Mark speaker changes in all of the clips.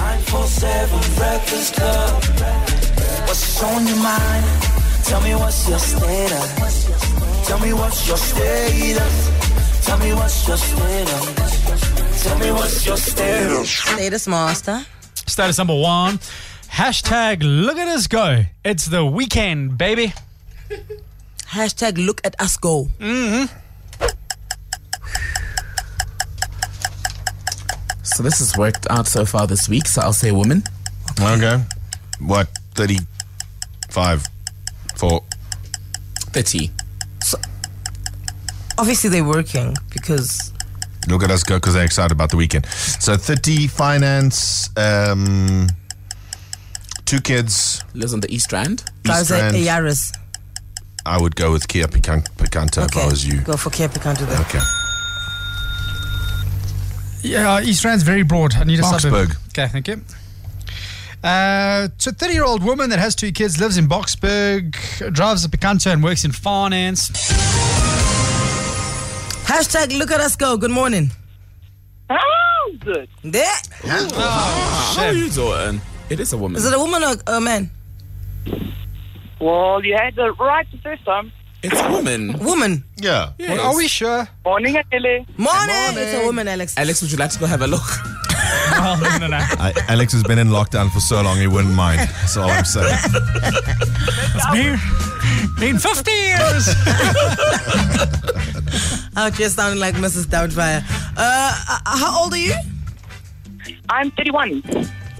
Speaker 1: 947 Breakfast Club. What's on your mind? Tell me what's your status. Tell me what's your status. Tell me what's your status. Tell me what's your status.
Speaker 2: Status master.
Speaker 3: Status number one. Hashtag look at us go. It's the weekend, baby.
Speaker 2: Hashtag look at us go. Mm-hmm.
Speaker 4: So this has worked out so far this week. So I'll say woman.
Speaker 5: Okay. What? 35 for
Speaker 4: 30.
Speaker 2: Obviously, they're working because
Speaker 5: Look at us go because they're excited about the weekend. So 30 finance, um, two kids.
Speaker 4: Lives on the East Rand.
Speaker 2: drives
Speaker 5: East
Speaker 2: a, a
Speaker 5: Rand.
Speaker 2: Yaris.
Speaker 5: I would go with Kia Pican- Picanto if I was you.
Speaker 2: Go for Cape Canto there.
Speaker 5: Okay.
Speaker 3: Yeah, East Rand's very broad. I need a
Speaker 5: Boxburg.
Speaker 3: suburb. Okay, thank you. Uh, so, 30 year old woman that has two kids lives in Boxburg, drives a Picanto, and works in finance.
Speaker 2: Hashtag look at us go. Good morning.
Speaker 6: Oh, good.
Speaker 2: There.
Speaker 4: Oh, How are you doing? It is a woman.
Speaker 2: Is Oh, it a woman or a man?
Speaker 6: Well, you had the right the first time.
Speaker 4: it's a woman.
Speaker 2: Woman.
Speaker 5: Yeah.
Speaker 3: Well, are we sure?
Speaker 6: Morning, Ellie.
Speaker 2: Morning. It's a woman, Alex.
Speaker 4: Alex, would you like to go have a look?
Speaker 3: Well, Oh, no, no, no.
Speaker 5: I, Alex has been in lockdown for so long he wouldn't mind. That's all I'm saying.
Speaker 3: Been, been 50 years.
Speaker 2: Out here sounding like Mrs. Doubtfire. Uh, uh, how old are you?
Speaker 6: I'm 31.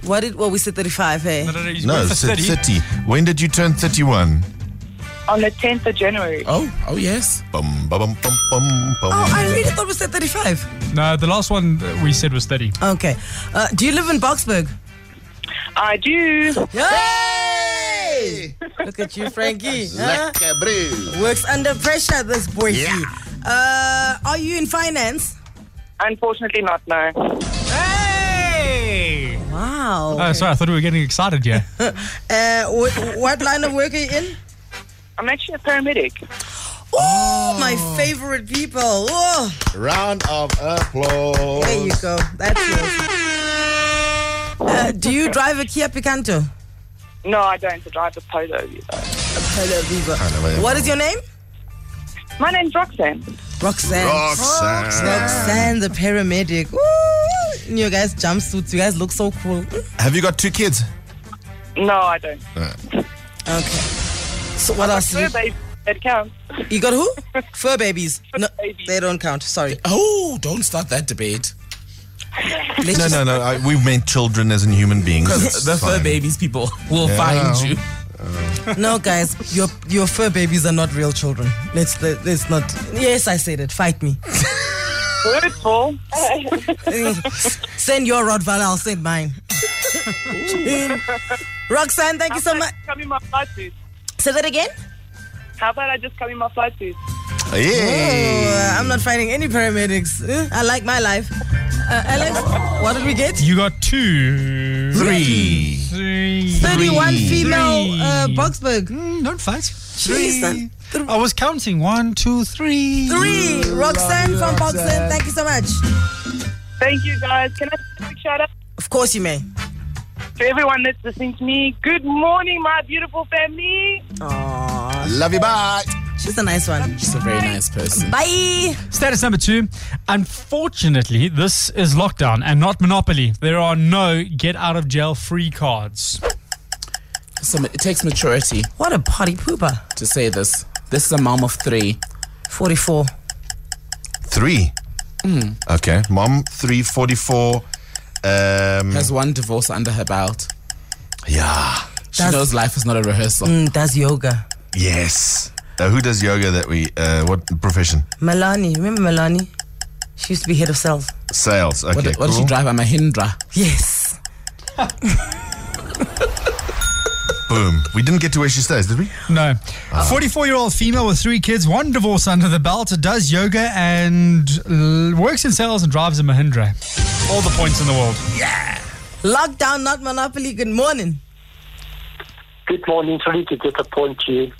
Speaker 2: What did? Well, we said 35. Hey.
Speaker 3: no, no, he's
Speaker 5: No,
Speaker 3: going for
Speaker 5: it's
Speaker 3: 30.
Speaker 5: 30. When did you turn 31?
Speaker 6: On the 10th of January.
Speaker 4: Oh, oh yes.
Speaker 5: Bum, ba, bum, bum, bum, bum.
Speaker 2: Oh, I really thought we said 35.
Speaker 3: No, the last one that we said was 30.
Speaker 2: Okay. Uh, do you live in Boxburg?
Speaker 6: I do.
Speaker 2: Hey! Look at you, Frankie. huh? Works under pressure, this boy. Uh, are you in finance?
Speaker 6: Unfortunately, not now.
Speaker 3: Hey!
Speaker 2: Wow.
Speaker 3: Oh, sorry, I thought we were getting excited, yeah.
Speaker 2: Uh, wh- what line of work are you in?
Speaker 6: I'm actually a paramedic.
Speaker 2: Oh, my favorite people. Oh,
Speaker 5: Round of applause.
Speaker 2: there you go. That's yours. Uh, do you drive a Kia Picanto?
Speaker 6: No, I don't. I drive a polo. You know.
Speaker 2: Hello, Viva.
Speaker 5: know where they
Speaker 2: What is your name?
Speaker 6: My name's Roxanne.
Speaker 2: Roxanne.
Speaker 5: Roxanne.
Speaker 2: Roxanne, the paramedic. Woo! In your guys' jumpsuits, you guys look so cool.
Speaker 5: Have you got two kids?
Speaker 6: No, I don't.
Speaker 2: Okay. So what else?
Speaker 6: Fur
Speaker 2: You,
Speaker 6: baby, that counts.
Speaker 2: you got who? Fur babies. No,
Speaker 6: babies.
Speaker 2: they don't count. Sorry.
Speaker 4: Oh, don't start that debate.
Speaker 2: Let's
Speaker 5: No,
Speaker 2: just-
Speaker 5: no, no. I, we meant children as in human beings. It's
Speaker 4: Because the fur
Speaker 5: fine.
Speaker 4: babies people will
Speaker 5: Yeah.
Speaker 4: find you.
Speaker 2: No, guys, your your fur babies are not real children. Let's let, let's not. Yes, I said it. Fight me.
Speaker 6: Good Paul.
Speaker 2: send your Rottweiler. I'll send mine. Roxanne, thank you so much.
Speaker 6: Come in my flight suit.
Speaker 2: Say that again.
Speaker 6: How about I just come in my flight suit?
Speaker 5: Hey.
Speaker 2: Uh, I'm not fighting any paramedics. Uh, I like my life. Uh, Alex, what did we get?
Speaker 3: You got two.
Speaker 5: Three.
Speaker 3: Three.
Speaker 2: 31 female
Speaker 3: Three.
Speaker 2: uh, Boxburg.
Speaker 3: Mm, don't fight.
Speaker 2: Jeez,
Speaker 3: I was counting. One, two, three.
Speaker 2: Three. Roxanne from Boxburg. Thank you so much.
Speaker 6: Thank you, guys. Can I give a quick shout out
Speaker 2: Of course you may.
Speaker 6: to everyone that's listening to me? Good morning, my beautiful family.
Speaker 2: Aww.
Speaker 5: Love you, bye.
Speaker 2: She's a nice one.
Speaker 4: She's a very nice person.
Speaker 2: Bye.
Speaker 3: Status number two. Unfortunately, this is lockdown and not Monopoly. There are no get out of jail free cards.
Speaker 4: So it takes maturity
Speaker 2: What a potty pooper.
Speaker 4: to say this. This is a mom of three.
Speaker 2: 44.
Speaker 5: Three. Okay. Mom, three, 44. Um,
Speaker 4: Has one divorce under her belt.
Speaker 5: yeah.
Speaker 4: She
Speaker 2: That's-
Speaker 4: knows life is not a rehearsal.
Speaker 2: Mm, does yoga.
Speaker 5: Yes. Uh, who does yoga that we, uh, what profession?
Speaker 2: Melanie, remember Melanie? She used to be head of sales.
Speaker 5: Sales. Okay.
Speaker 4: What, what does she
Speaker 5: cool.
Speaker 4: drive? A Mahindra.
Speaker 2: Yes.
Speaker 5: Boom. We didn't get to where she stays, did we?
Speaker 3: No. 44 year old female with three kids, one divorce under the belt, does yoga and l- works in sales and drives a Mahindra. All the points in the world.
Speaker 2: Lockdown, not monopoly. Good morning.
Speaker 7: Good morning. Sorry to disappoint you.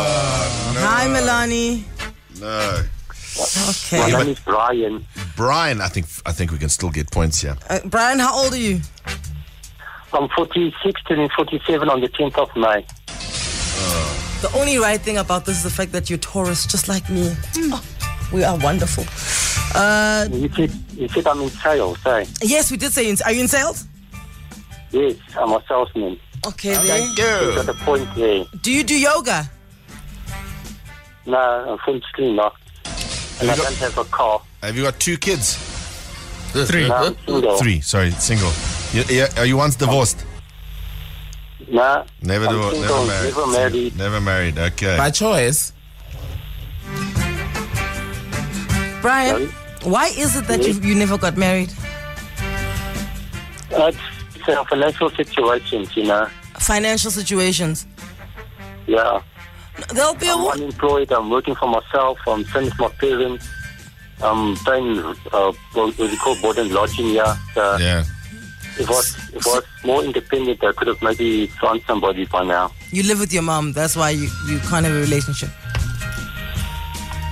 Speaker 2: Hi, Milani.
Speaker 5: No.
Speaker 2: Okay.
Speaker 7: My name is Brian.
Speaker 5: Brian, I think I think we can still get points here.
Speaker 2: Uh, Brian, how old are you?
Speaker 7: I'm 46 turning 47 on the 10th of May.
Speaker 2: The only right thing about this is the fact that you're Taurus, just like me. Oh, we are wonderful. Uh,
Speaker 7: You said, you said I'm in sales, eh?
Speaker 2: yes, we did say. In, are you in sales?
Speaker 7: Yes, I'm a salesman.
Speaker 2: Okay, there.
Speaker 7: You got a point there.
Speaker 2: Do you do yoga?
Speaker 7: No, unfortunately not. And I
Speaker 5: got-
Speaker 7: don't have a car.
Speaker 5: Have you got two kids?
Speaker 3: Three.
Speaker 7: No, I'm single.
Speaker 5: Three. Sorry, single. You, you, are you once divorced?
Speaker 7: No,
Speaker 5: Never
Speaker 7: I'm
Speaker 5: divorced.
Speaker 7: single, Never
Speaker 5: Never married.
Speaker 7: married.
Speaker 5: Never married. Okay.
Speaker 4: By choice.
Speaker 2: Brian, why is it that you, you never got married?
Speaker 7: Uh, It's it's a financial situation, you know.
Speaker 2: Financial situations.
Speaker 7: Yeah.
Speaker 2: There'll be a
Speaker 7: I'm
Speaker 2: one.
Speaker 7: unemployed. I'm working for myself. I'm staying with my parents. I'm paying, uh, what what you call board and lodging, yeah. So
Speaker 5: yeah.
Speaker 7: If I was, if I was more independent, I could have maybe found somebody by now.
Speaker 2: You live with your mom. That's why you, you can't have a relationship.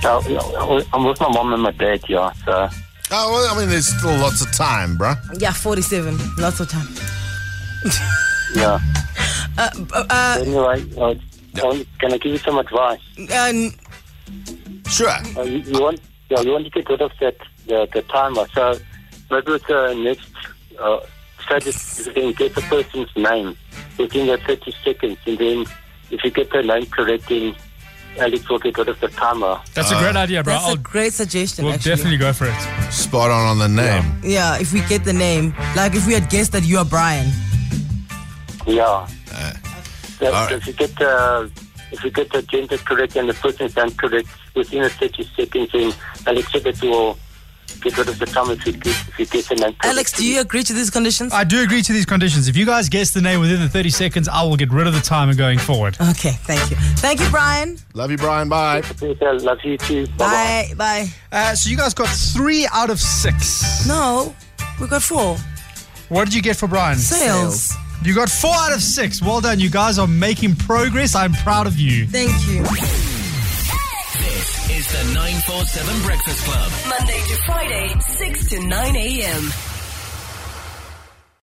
Speaker 7: So, you know, I'm with my mom and my dad, yeah. So,
Speaker 5: Oh, well, I mean, there's still lots of time, bruh.
Speaker 2: Yeah, 47. Lots of time.
Speaker 7: yeah.
Speaker 2: Uh, b- uh,
Speaker 7: Anyway, uh, um, can I give you some advice?
Speaker 2: uh,
Speaker 5: Sure.
Speaker 7: Uh, you, you want, yeah, you want to get rid of that the, the timer. So maybe with the next uh, strategy, you can get the person's name within the 30 seconds, and then if you get the name correct, then Alex will get rid of the timer.
Speaker 3: That's a great idea, bro.
Speaker 2: Ah. that's
Speaker 3: I'll,
Speaker 2: a great suggestion,
Speaker 3: we'll
Speaker 2: actually.
Speaker 3: definitely go for it.
Speaker 5: Spot on on the name.
Speaker 2: Yeah, if we get the name. Like if we had guessed that you are Brian.
Speaker 7: Yeah. That-
Speaker 5: all right.
Speaker 7: If you get the if you get the gender correct and the person's name correct within the 30 seconds, then Alex said that you will get rid of the time if you get, if you get the name correct.
Speaker 2: Alex, do you agree to these conditions?
Speaker 3: I do agree to these conditions. If you guys guess the name within the 30 seconds, I will get rid of the timer going forward.
Speaker 2: Oh, okay, thank you. Thank you, Brian.
Speaker 5: Love you, Brian. Bye.
Speaker 7: Please, I love you too. Bye-bye.
Speaker 2: Bye. Bye.
Speaker 3: Uh, so you guys got three out of six.
Speaker 2: No, we got four.
Speaker 3: What did you get for Brian?
Speaker 2: Sales.
Speaker 3: You got four out of six. Well done. You guys are making progress. I'm proud of you.
Speaker 2: Thank you.
Speaker 8: This is the 947 Breakfast Club.
Speaker 9: Monday to Friday, 6 to 9 a.m.